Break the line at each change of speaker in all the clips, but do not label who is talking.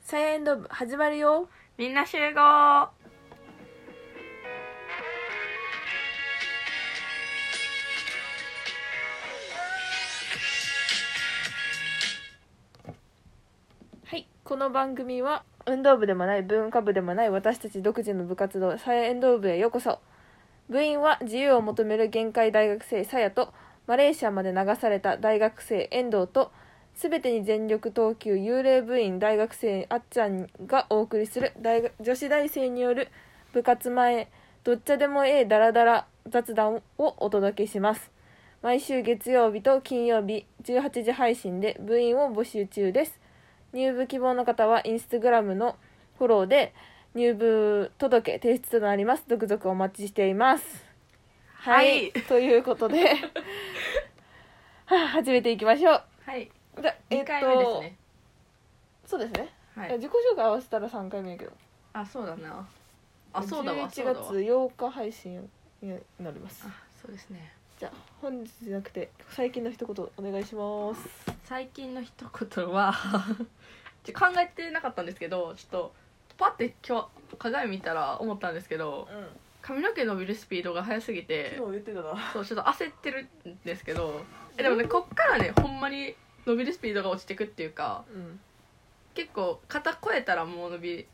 サイエンド部始まるよ
みんな集合
はいこの番組は運動部でもない文化部でもない私たち独自の部活動サイエンド部へようこそ部員は自由を求める限界大学生さやとマレーシアまで流された大学生遠藤と全てに全力投球幽霊部員大学生あっちゃんがお送りする大学女子大生による部活前どっちでもええダラダラ雑談をお届けします毎週月曜日と金曜日18時配信で部員を募集中です入部希望の方はインスタグラムのフォローで入部届提出となります続々お待ちしていますはい、
はい
ということで はあ始めていきましょう
はい
じゃえっ
2
と
回目ですね、
そうですね、
はい
自己紹介合わせたら3回目やけど
あそうだなあそうだわそ
11
うだ
月
わ
8日配信になります
あそうですね
じゃあ本日じゃなくて最近の一言お願いします
最近の一言は ちょ考えてなかったんですけどちょっとパッて今日鏡見たら思ったんですけど
うん
髪の毛伸びるスピードが速すぎて
昨日言ってたな
そうちょっと焦ってるんですけどえでもねこっからねほんまに伸びるスピードが落ちてくっていうか
うん
結構肩越えたらもう伸びる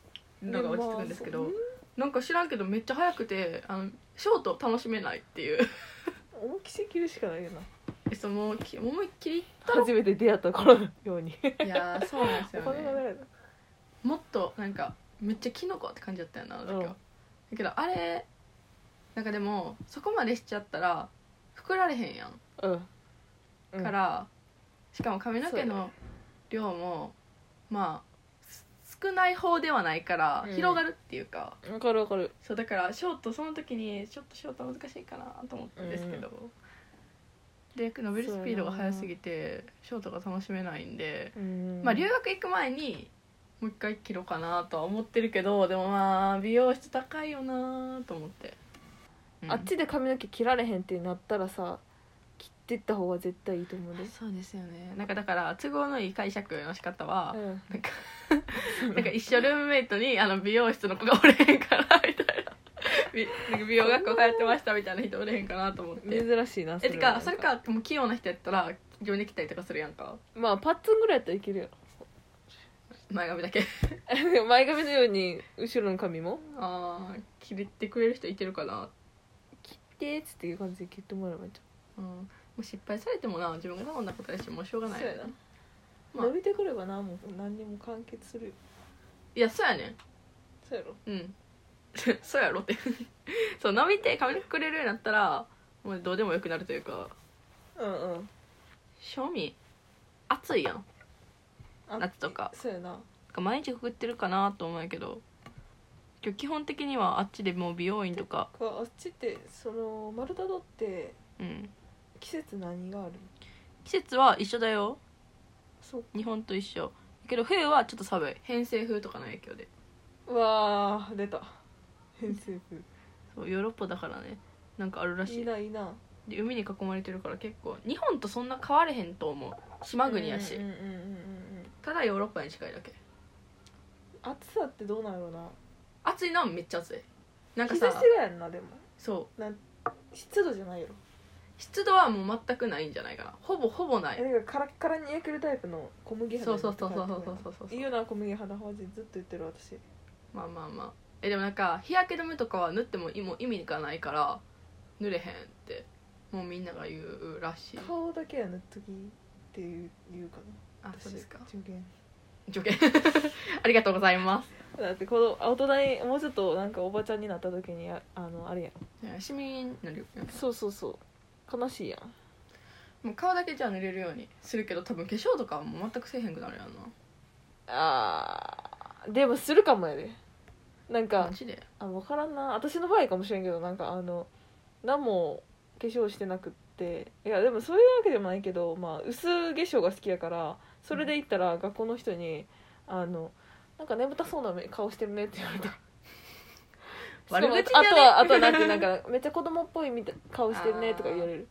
のが落ちてくんですけど、
まあ
なんか知らんけどめっちゃ速くてあのショート楽しめないっていう
そう思いっきり切るしかないよな
そのき思いっきり
初めて出会った頃のように
いやーそうなんです
お
よ
金が
ね
ないな
もっとなんかめっちゃキノコって感じだったよなあの時は、
うん
だけどあれなんかでもそこまでしちゃったら膨られへんやん、
うん
からしかも髪の毛の量もまあす少ない方ではないから
うん
広がるっていうか、
わかるわかる
そうだからショートその時にちょっとショート難しいかなと思ったんですけど、で伸びるスピードが速すぎてショートが楽しめないんで、まあ留学行く前にもう一回切ろうかなとは思ってるけどでもまあ美容室高いよなと思って、うん
あっちで髪の毛切られへんってなったらさ切ってった方が絶対いいと思うで
そうですよねなんかだから都合のいい解釈の仕方は、
うん
なんかなんか一緒ルームメイトにあの美容室の子がおれへんからみたいなびなんか美容学校通ってましたみたいな人おれへんかなと思って
珍しいな
えて
は
かそれかもう器用な人やったら自分で来たりとかするやんか
まあパッツンぐらいやったらいけるよ
前髪だけ
前髪のように後ろの髪も
ああ切ってくれる人いてるかな、
切ってっつっていう感じで切ってもらえばいいんちゃ
うん、もう失敗されてもな自分が頼んだことだしもうしょうが
う
ない
そうや
な
な、
まあ
伸びてくればなもう何にも完結するよ
いやそうやね
そうやろ
んうん そうやろって そう伸びて髪の毛くれるようになったらもうどうでもよくなるというか
うんうん
賞味暑いやん
あ
夏とか
そうやな
なんか毎日くぐってるかなと思うんやけど今日基本的にはあっちでもう美容院とか
こうあっちってその丸太ドって
うん
季節何がある
季節は一緒だよ
そう
日本と一緒だけど冬はちょっと寒い偏西風とかの影響で
うわー出た偏西風
そうヨーロッパだからねなんかあるらし
いい
い
ないいな
で海に囲まれてるから結構日本とそんな変われへんと思う島国やし、
うんうんうんうんうん
ただヨーロッパに近いだけ
暑さってどうなんやろうな
暑いのはめっちゃ暑いなんか
日差し
さ
がやんなでも
そう
湿度じゃないよ
湿度はもう全くないんじゃないかなほぼほぼな
え
い
なんかカラッカラに焼けるタイプの小麦肌
そうそうそうそうそうそうそうそう
いいよな小麦肌マジずっと言ってる私
まあまあまあえでもなんか日焼け止めとかは塗ってもいもう意味がないから塗れへんってもうみんなが言うらしい
顔だけは塗っときっていう言うか
あ
な私
そうですか
助言
助言 ありがとうございます
だってこの大人にもうちょっとなんかおばちゃんになった時にああのあれやん
シミになるよ
そうそうそう悲しいやん
もう顔だけじゃあ塗れるようにするけど多分化粧とかはもう全くせえへんくなるやんな
あーでもするかもやでなんか
マジで
あ分からんな私の場合かもしれんけどなんかあの何も化粧してなくっていやでもそういうわけでもないけど、まあ、薄化粧が好きやからそれで行ったら学校の人に「あのなんか眠たそうな目顔してるね」って言われた。
悪口
し
じ
か
ゃ
も
ね
あとはあとはなんてなんかめっちゃ子供っぽいみたい顔してるねとか言われる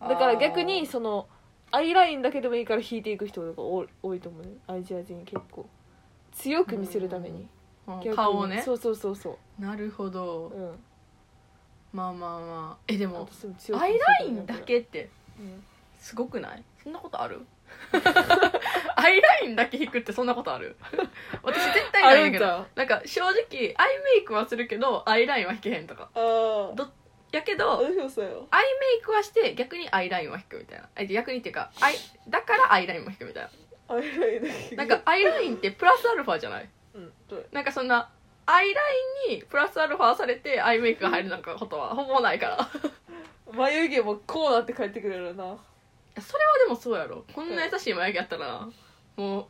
だから逆にそのアイラインだけでもいいから引いていく人が多い多いと思うねアジア人結構強く見せるために、逆に
顔をね
そうそうそうそ
なるほ
う、
ど
うん、
まあまあまあえでも
私も強く
ア
見せ
イラ
た
イ
めに
ンだ、けって
うん
すごくないそんなことある アイラインだけ引くってそんなことある 私絶対
あ
ない
る
ん
ん
だけ
ち
ど
ゃう
なんか正直アイメイクはするけどアイラインは引けへんとか
あ
どやけ
あ
ど
私もそうよ
アイメイクはして逆にアイラインは引くみたいなえ逆にっていうかアイだからアイラインも引くみたい
アイラインだけ
ななんかアイラインってプラスアルファじゃない
うんどれ
なんかそんなアイラインにプラスアルファされてアイメイクが入るなんかことはほぼないから
眉毛もこうなって帰ってくれるな
それはでもそうやろこんな優しい眉毛やったらなもう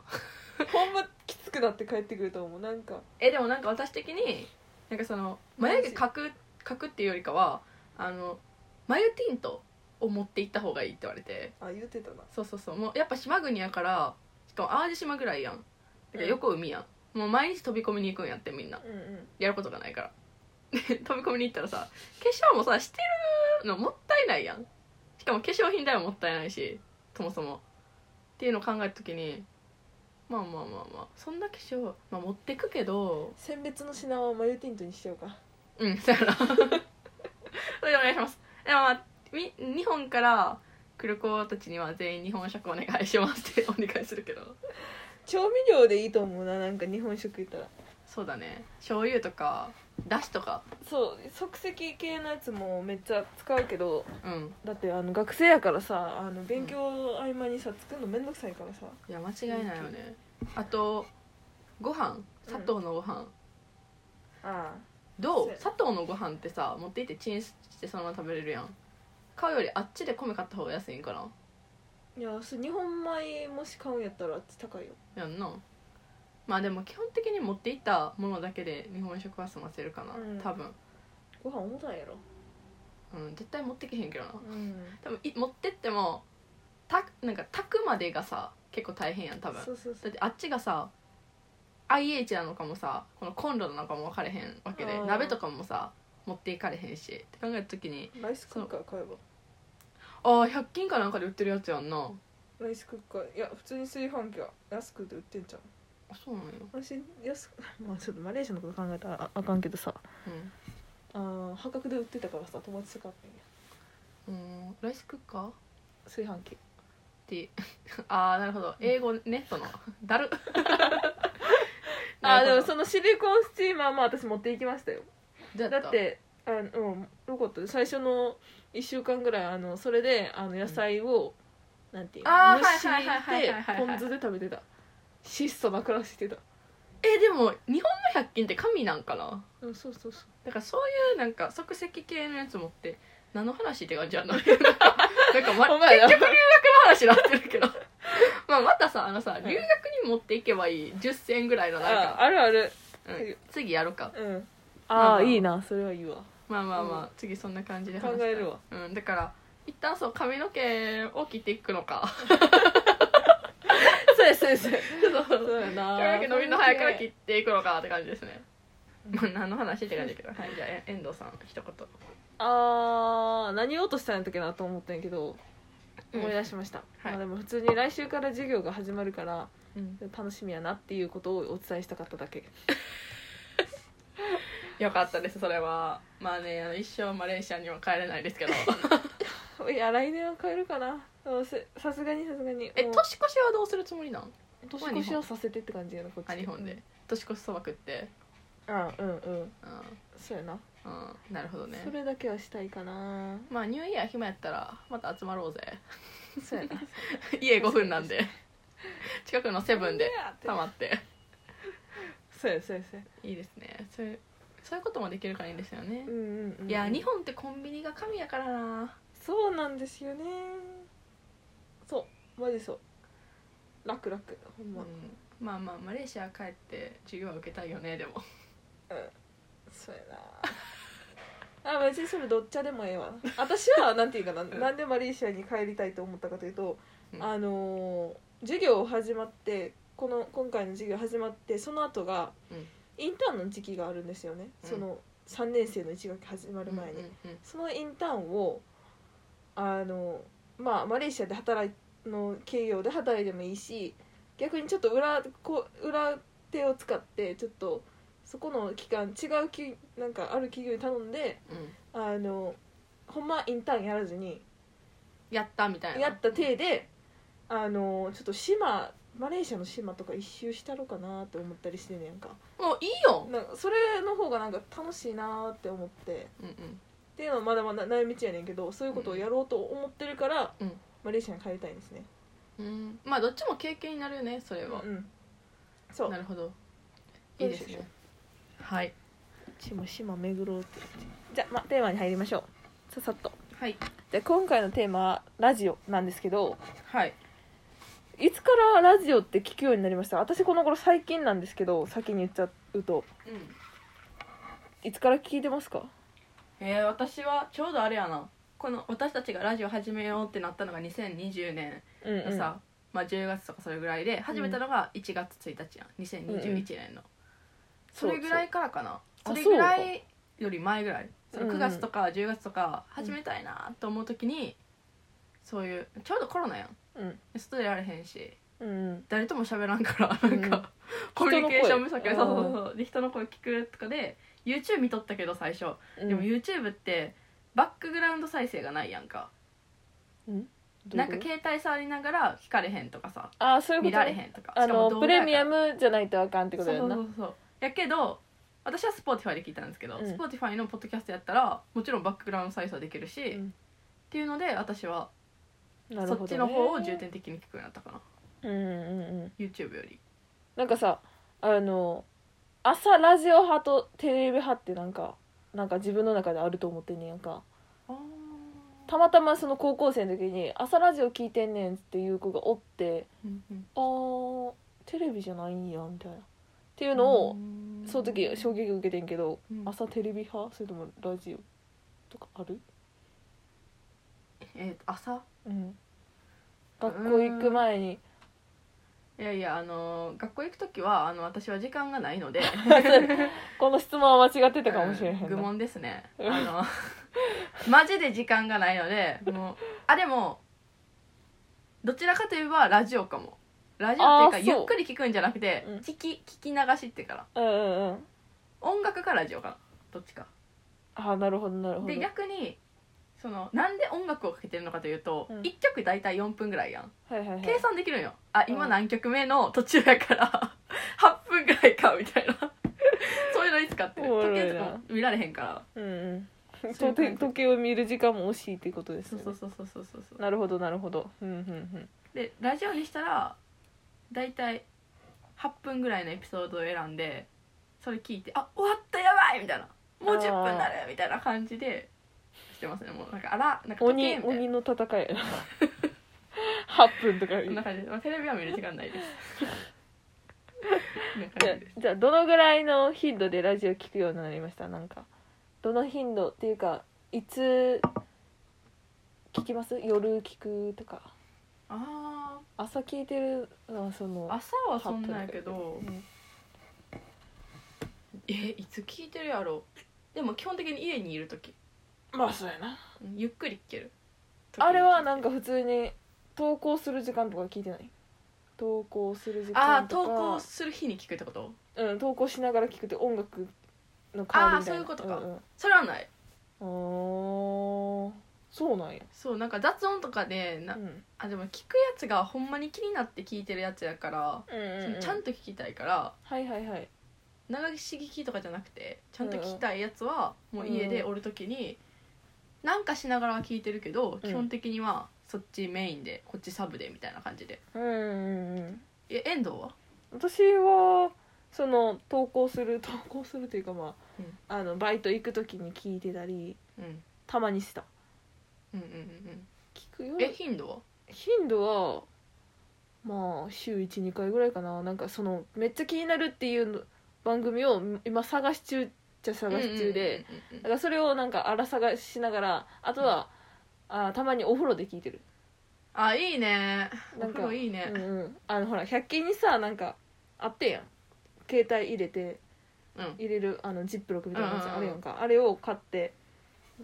ほんまきつくなって帰ってくると思うなんか
えでもなんか私的になんかその眉毛描く描くっていうよりかはあの眉ティントを持っていった方がいいって言われて
あ言ってたな
そうそうそうもうやっぱ島国やからしかも淡路島ぐらいやんだから横海やん、もう毎日飛び込みに行くんやってみんな
うんうん
やることがないから で飛び込みに行ったらさ化粧もさしてるのもったいないやんしかも化粧品代ももったいないしそもそもっていうのを考えた時にまあまあまあまあそんな化粧、まあ、持ってくけど
選別の品は眉ティントにしちゃうか
うんそうやな それでお願いしますでも、まあ、み日本から来る子たちには全員日本食お願いしますってお願いするけど
調味料でいいと思うななんか日本食いったら
そうだね醤油とかだしとか
そう即席系のやつもめっちゃ使うけど
うん
だってあの学生やからさあの勉強合間にさ作るのめんどくさいからさ
いや間違いないよねあとご飯砂糖のご飯、
あ
ど
そう
う
や
砂糖のご飯ってさ持って行ってチンしてそのまま食べれるやん買うよりあっちで米買った方が安いんかな
あいやそう日本米もし買うんやったらあっち高いよ
やんなまあでも基本的に持っていったものだけで日本食は済ませるかな、
うん
多分
ご飯重たいやろ
うん、絶対持ってけへんけどな
うん
多分い持ってってもたなんか炊くまでがさ結構大変やん多分
そうそうそ
だっ
う
てあっちがさ IH なのかもさこのコンロなのかも分かれへんわけで
あー
鍋とかもさ持っていかれへんしって考えた時に
ライスクッカー買えば
ああ100均かなんかで売ってるやつやんな
ライスクッカーいや普通に炊飯器は安くて売ってんじゃん
あそうなんや
私安く まあちょっとマレーシアのこと考えたらああかんけどさ
う
あー破格で売ってたからさ友達と買ったんや
んうんライスクッカーっ
炊飯器
て ああなるほど英語ねそのだる
あーでも
う
そのシリコンスチーマーも私持っていきましたよ
だ
だってあのうんよかったです最初の1週間ぐらいあのそれであの野菜を、なんていうの
あー
蒸し
はいはいはいはいはい
て
はい
ポン酢で食べてた質素な暮らししてた
えでも日本の100均って神なんかな
うんそうそうそう
だからそういうなんか即席系のやつ持って何の話って感じやんななんか、ま、
お前ら
結局留学の話になってる けどまあまたさあのさ留学に持っていけばいい10銭ぐらいのなん
あ
か、
あるある
うん次やろうか
うんあー、
まあまあ
いいなそれはいいわ
まあまあまあ、
うん
次そんな感じで話
考えるわ、
うん、だから一旦そう髪の毛を切っていくのか
そうですそうです
そうそう
そうやな
髪の毛伸びるの早から切
っ
っていくのかって感じですねまあ何の話って感じだけどはいじゃあえ遠藤さん一言
あー何を落としたんやったっけなと思ったんやけど
うん
思い出しました、
はい
まあ、でも普通に来週から授業が始まるから
うん
楽しみやなっていうことをお伝えしたかっただけ
よかったですそれはまあねあの一生マレーシアには帰れないですけど
いや来年は変えるかなどうせさすがにさすがに
え
もう
年越しはどうするつもりなん
年越しをさせてって感じやなこっち
あ日本で年越しそば食って
あうんうん
う
そうやな、
ん、うん、なるほどね
それだけはしたいかな
まあニューイヤー暇やったらまた集まろうぜ
そうやな
家5分なんで近くのセブン で
た
溜
ま
まって
そうやそうやそうや
いいですねそういうそういうこともできるからいいんですよね
う、んうん、うん、
いや日本ってコンビニが神やからな
そうなんですよねそうマジそう楽楽ほん
ま
ま、
あ、うん、まあまあマレーシア帰って授業は受けたいよねでも
そうやな あ別にそれどっちゃでもええわ私はなんていうかな
ん
なんでマレーシアに帰りたいと思ったかというと、
うん
あのー授業始まってこの今回の授業始まってその後が、
うん
インターンの時期があるんですよね、
うん
その3年生の1学期始まる前に、
うんうん
そのインターンをあのまあマレーシアで働いの企業で働いてもいいし逆にちょっと裏こう裏手を使ってちょっとそこの期間違うきなんかある企業に頼んで
うん
あのほんまインターンやらずに
やったみたいな
やった体であのちょっと島マレーシアの島とか一周したろかなって思ったりしてんねやんか
もういいよ、
なんかそれの方がなんか楽しいなって思って
うんうん、
っていうのはまだまだ悩み中やねんけどそういうことをやろうと思ってるから、
うん
マレーシアに帰りたいんですね
うん、まあどっちも経験になるよねそれは、
うんうんそう
なるほどいいですねはい
島島巡ろうって言ってじゃあ、まあ、テーマに入りましょうささっと
はい
で今回のテーマはラジオなんですけど
はい
いつからラジオって聞くようになりました私この頃最近なんですけど先に言っちゃうと
うん
いつから聞いてますか
えー、私はちょうどあれやなこの私たちがラジオ始めようってなったのが2020年
うん
のさ、まあ、10月とかそれぐらいで始めたのが1月1日やん2021年の、それぐらいからかな
そ
そう
そう
れぐらいより前ぐらいそ
う
の
んうん
9月とか10月とか始めたいなと思う時に、そういうちょうどコロナやん
うん
外出られへんし
うんうん
誰とも喋らんからなんか、
うん
コミュニケーション不足
人
そ
の
うそ
声
うそうで人の声聞くとかで YouTube 見とったけど最初、
うん
でも YouTube ってバックグラウンド再生がないやんか
どうい
な
うんこ
か
と
携帯触りながら聞かれへんとかさ
あーそういうこ
見
と
られへ
ね
んとか
あ
しかも
の
動
プ
画
レ
やか
ミ
ら
アムじゃないとあかんってことや
そ
ん
う
な
そうそうそうやけど私は Spotify で聞いたんですけど、
うん
Spotify のポッドキャストやったらもちろんバックグラウンド再生はできるし、
うん
っていうので私は
なる
そ
ほ
っ
ど
ち
ね
の方を重点的に聞くようになったかな
うんうんうん
YouTube より
なんかさあの朝ラジオ派とテレビ派ってなんかなんか自分の中であると思ってんねやんか
あ
たまたまその高校生の時に「朝ラジオ聞いてんねん」っていう子がおって
うんうん
あーテレビじゃないんやみたいなっていうのをその時衝撃を受けてんけど、
うん
朝テレビ派それともラジオとかある、
えーと朝
うん、学校行く前に
いやいやあのー学校行く時はあの私は時間がないの で
この質問は間違ってたかもしれへんな、
うん愚問ですね
うん
あのマジで時間がないのでもうあでもどちらかといえばラジオかもラジオっていうか
あーそう
ゆっくり聞くんじゃなくて、
うん
聞き聞き流しっていうから
うんうんうん
音楽かラジオかなどっちか
ああなるほどなるほど
で逆にそのなんで音楽をかけてるのかというと、
うん
1曲大体4分ぐらいやん
はいはいはい
計算できるんよあ
う
今
ん
何曲目の途中やから 8分ぐらいかみたいな そういうのに使ってる
おもろ
時
いな
計とかも見られへんから
うんうん
そうい
時
う感
計
じ
時計を見る時間も惜しいっていうことです
そう
よね
そうそうそうそうそう
なるほどなるほどうんうん
でラジオにしたら大体8分ぐらいのエピソードを選んでそれ聞いてあ終わったやばいみたいなもう10分なるみたいな感じでしてますねもうなんかあらなんか
うん
時
鬼
計みたいな
鬼の戦い やな8分とか
こんな感じです、まあ、テレビは見る時間ないです こんな
じゃ
感じです
じゃあどのぐらいの頻度でラジオ聞くようになりましたなんかどの頻度っていうかいつ聞きます夜聞くとか
あ
朝聞いてるのはその
あ朝はそんなんやけ
8
ど
分とか
えいつ聞いてるやろでも基本的に家にいる時
うんまあそうやな
うんゆっくり聞ける
あれはなん
か
か普通に投稿する時間とか聞いてない投稿する時
あ
間
ー
と
投
か
稿する日に聞くってこと
うん、投稿しながら聞くって音楽の代わりみたいな
あーそういうことか
んん
それはない
あーそうなんや、
そうなんか雑音とかでな
うん
あでも聞くやつがほんまに気になって聞いてるやつやから、
うんうんうん
そのちゃんと聞きたいから
はいはいはい
長し聞きとかじゃなくてちゃんと聞きたいやつはもう家でおる時に、なんかしながらは聞いてるけど、
うん
基本的にはそっちメインでこっちサブでみたいな感じで
うんうんうん
え遠藤は
私はその投稿する投稿するというかまあ,、
うん
あのバイト行く時に聞いてたり
うんうん
たまにした
うんうん
聞くよ
うんえ頻度は
頻度はまあ週12回ぐらいかななんかそのめっちゃ気になるっていうの番組を今探し中っちゃ探し中で、
うんうんうん
だからそれをなんか荒探しながらあとは、あーたまにお風呂で聞いてる
あいいねお
なんか
風呂いいね、
うんうんあのほら100均にさなんかあってんやん携帯入れて
うん
入れるあのジップロックみたいなやつ
うんうんうん
あるやんかあれを買って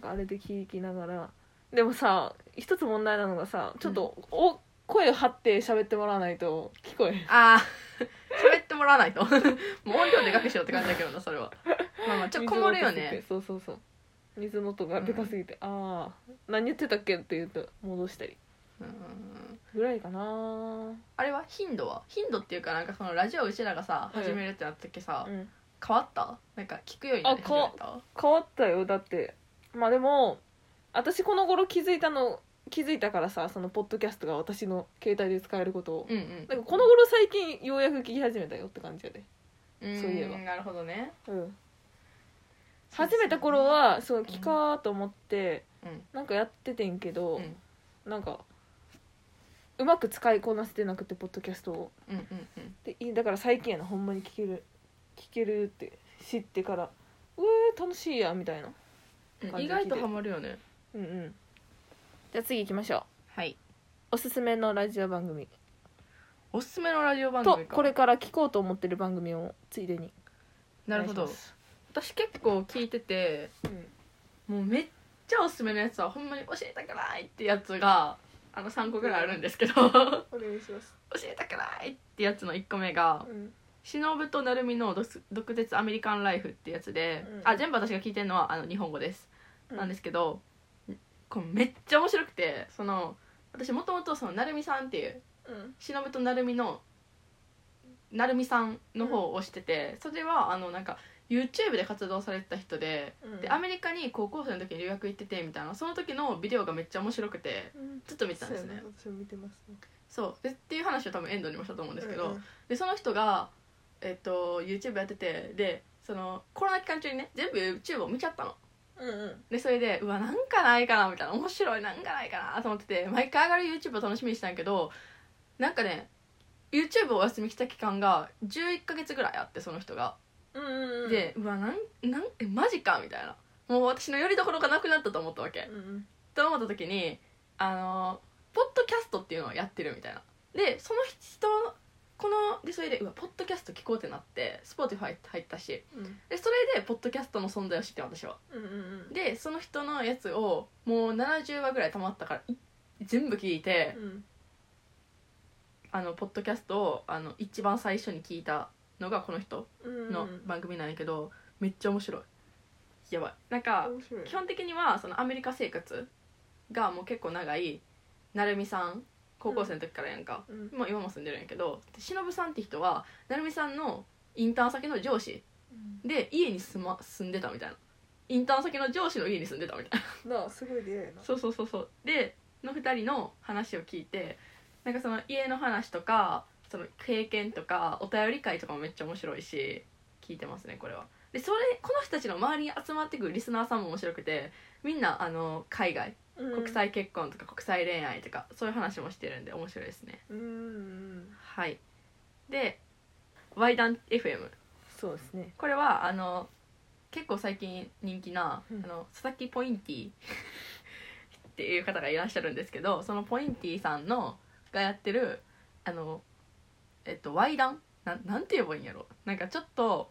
なんかあれで聞きながらでもさ一つ問題なのがさちょっとお、声を張って喋ってもらわないと聞こえへん
あー 喋ってももらわないと もう音量でかくしようって感じだけどなそれはまあまあちょっとこもるよね
そうそうそう水の音がでかすぎて、ああ何言ってたっけって言うと戻したり
うん
ぐらいかな
あれは頻度は頻度っていうかなんかそのラジオうちらがさ
うん
始めるってなった時さ、
うん
変わったなんか聞くようになって始めた
変わったよだってまあでも私この頃気づいたの気づいたからさそのポッドキャストが私の携帯で使えることを、
うんうん
なんかこの頃最近ようやく聞き始めたよって感じやで
うん
そういえば
なるほどね
うん始めた頃はそう聞かーと思って
うん
なんかやっててんけど、
うん
なんかうまく使いこなせてなくてポッドキャストを
うんうんうん
でいだから最近やなほんまに聞ける聞けるって知ってからうえー楽しいやみたいな
うん
感じ
意外とハマるよね
うんうんじゃあ次行きましょう
はい
おすすめのラジオ番組
おすすめのラジオ番
と
組か
これから聞こうと思ってる番組をついでに
なるほ
お
ど
願いします
私結構聞いてて
うん
もうめっちゃおすすめのやつはほんまに教えたくないってやつがあの3個ぐらいあるんですけど 教
お願いします
えたくないってやつの1個目が
うん
忍と成海の毒毒舌アメリカンライフってやつで、
うん
あ全部私が聞いてるのはあの日本語です、なんですすけどこれめっちゃ面白くてその私もともとその成海さんっていう
うん
忍と成海の成海さんの方をしてて、それはあのなんか YouTube で活動されてた人で
うん
でアメリカに高校生の時に留学行っててみたいなその時のビデオがめっちゃ面白くて
うん
ずっと見てたんですね
私も見てますね
そうでっていう話を多分エンドにもしたと思うんですけど、
うんうん
でその人が、えっと YouTube やっててでそのコロナ期間中にね全部 YouTube を見ちゃったの
うんうん
でそれでうわなんかないかなみたいな面白いなんかないかなと思ってて毎回上がる YouTube を楽しみにしてたんやけどなんかね YouTube をお休みした期間が11ヶ月ぐらいあってその人が
うんうんうん
でうわなんなんえマジかみたいなもう私のよりどころがなくなったと思ったわけ
うんうん
と思った時にあのポッドキャストっていうのをやってるみたいなでその人このでそれでうわポッドキャスト聞こうってなって Spotify って入ったし
うん
でそれでポッドキャストの存在を知って私は
うんうん
でその人のやつをもう70話ぐらい溜まったからい全部聞いて
うん
あのポッドキャストをあの一番最初に聞いたのがこの人
うん
の番組なんやけど、めっちゃ面白いやばいなんか
面白い
基本的にはそのアメリカ生活がもう結構長い成美さん高校生の時からやんか、
うん
もう今も住んでるんやけどで忍さんって人は成美さんのインターン先の上司で家に住,、ま、住んでたみたいなインターン先の上司の家に住んでたみたいな
なあすごい出会いやな
そうそうそうそうでの2人の話を聞いてなんかその家の話とかその経験とかお便り会とかもめっちゃ面白いし聞いてますねこれはでそれこの人たちの周りに集まってくるリスナーさんも面白くてみんなあの海外
国
国際結婚とか国際恋愛とかそういう話もしてるんで面白いですね
うんうん
はいで「ワイダン FM」
そうです ね
これはあの結構最近人気な、
うん
あの佐々木ポインティっていう方がいらっしゃるんですけどそのポインティさんのがやってるあのえっとワイダンなんなんて言えばいいんやろなんかちょっと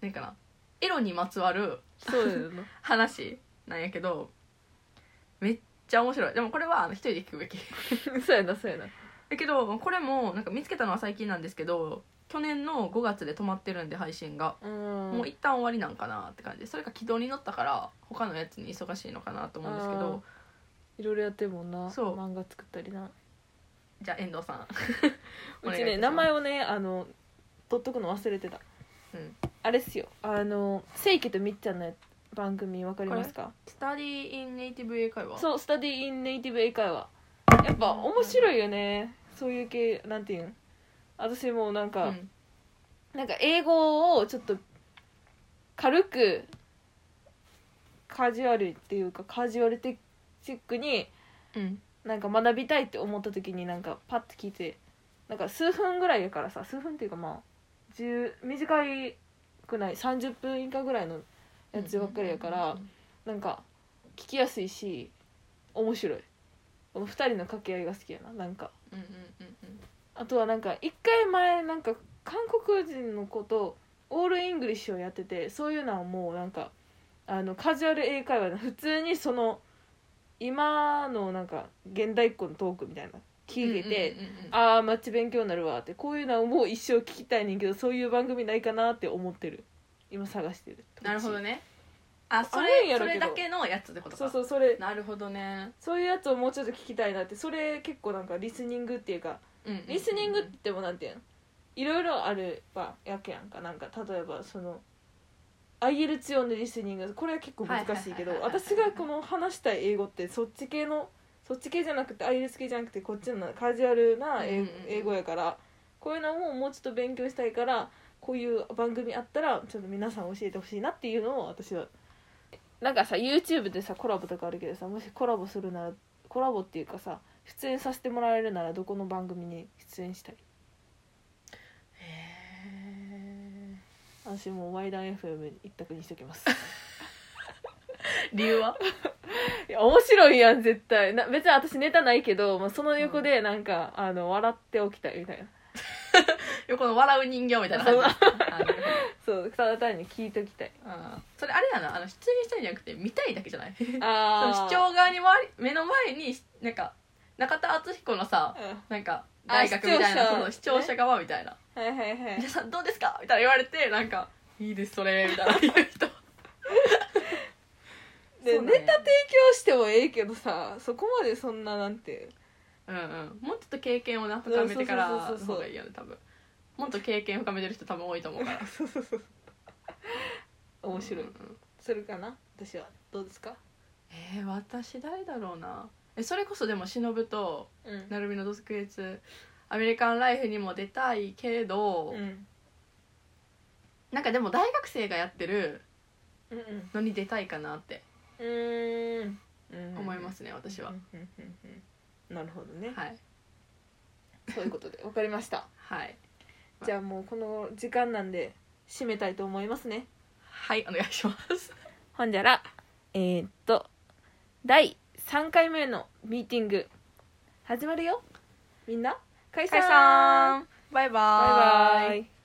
なんかなエロにまつわる
そうやな
話なんやけどめっちゃ面白いでもこれはあの一人で聞くべき
そうやなそうやな
だけどこれもなんか見つけたのは最近なんですけど去年の5月で止まってるんで配信が
うん
もう一旦終わりなんかなって感じでそれが軌道に乗ったから他のやつに忙しいのかなと思うんですけど
いろいろやってるもんな
そう
漫画作ったりな
じゃあ遠藤さん
う
お願い
ち
いた
ね
します
名前をねあの取っとくの忘れてた
うん
あれっすよあの正規とみっちゃんの番組わかりますか
「スタディ・イン・ネイティブ・英会話」
そう「スタディ・イン・ネイティブ英会話」やっぱ面白いよねそういう系なんていうん私もうなん
う
か、
ん
なんか英語をちょっと軽くカジュアルっていうかカジュアルテチックに
うん
なんか学びたいって思った時になんかパッと聞いてなんか数分ぐらいやからさ数分っていうかまあ10短いくない30分以下ぐらいのやつばっかりやからなんか聞きやすいし面白いこの2人の掛け合いが好きやななんか
うんうんうんうん
あとはなんか一回前なんか韓国人の子とオールイングリッシュをやっててそういうのはもうなんかあのカジュアル英会話の普通にその今のなんか現代っ子のトークみたいな聞いてて、
うんうんうんうん
ああマッチ勉強になるわってこういうのはもう一生聞きたいねんけどそういう番組ないかなって思ってる今探してる
なるほどねあそ
あるん
れ
や
そ
ろうけ
れ
ど
だけのやつってことか
そうそうそれ
なるほどね、
そういうやつをもうちょっと聞きたいなってそれ結構なんかリスニングっていうか
うんうんうん
リスニングって言ってもなんていうのいろいろあるばやけやんかなんか例えばその IELTS 用のリスニングこれは結構難しいけど
はいはいはいはいはい
私がこの話したい英語ってそっち系のそっち系じゃなくて IELTS 系じゃなくてこっちのカジュアルな英,、
うんうんうん
英語やからこういうのをもうちょっと勉強したいからこういう番組あったらちょっと皆さん教えてほしいなっていうのを私はなんかさ YouTube でさコラボとかあるけどさもしコラボするならコラボっていうかさ出演させてもらえるならどこの番組に出演したい
へ
私もうワイダン FM 一択にしときます
ー理由はい
や面白いやん絶対な別に私ネタないけど、まあ、その横でなんか、あの笑っておきたいみたいな
横の笑う人形みたいな感じあの
そうただ単に聞いときたい
あーそれあれやなあの出演したいんじゃなくて見たいだけじ ゃないそ
あ
の
あ
視聴側に回り目の前になんか中田敦彦のさなんか
あ
大学みたい
視聴
な
者
その視聴者側みたいな
うん、はいはいはい
「皆さんどうですか?」みたいな言われてなんか「いいですそれ」みたいな言う人
で、
そうだね
ネタ提供してもええけどさそこまでそんななんて
うんうんもうちょっと経験をな深めてからの
そうそうそうそう
方がいいよね多分もっと経験深めてる人多分多いと思うか ら
そうそうそう面白い、
うんうん
それかな私はどうですか
えー、私誰だろうなえそれこそでも忍と
うん
成美のドスクエツアメリカンライフにも出たいけど、
うん
なんかでも大学生がやってる
うんうん
のに出たいかなって
うーん
思いますすね、私は、
なるほどね、
はい
そういうことでわかりま した
はい
じゃあもうこの時間なんで締めたいと思いますね
はいお願いします
ほんじゃらえー、っと第3回目のミーティング始まるよみんな解散
解散バイバ
バイバイ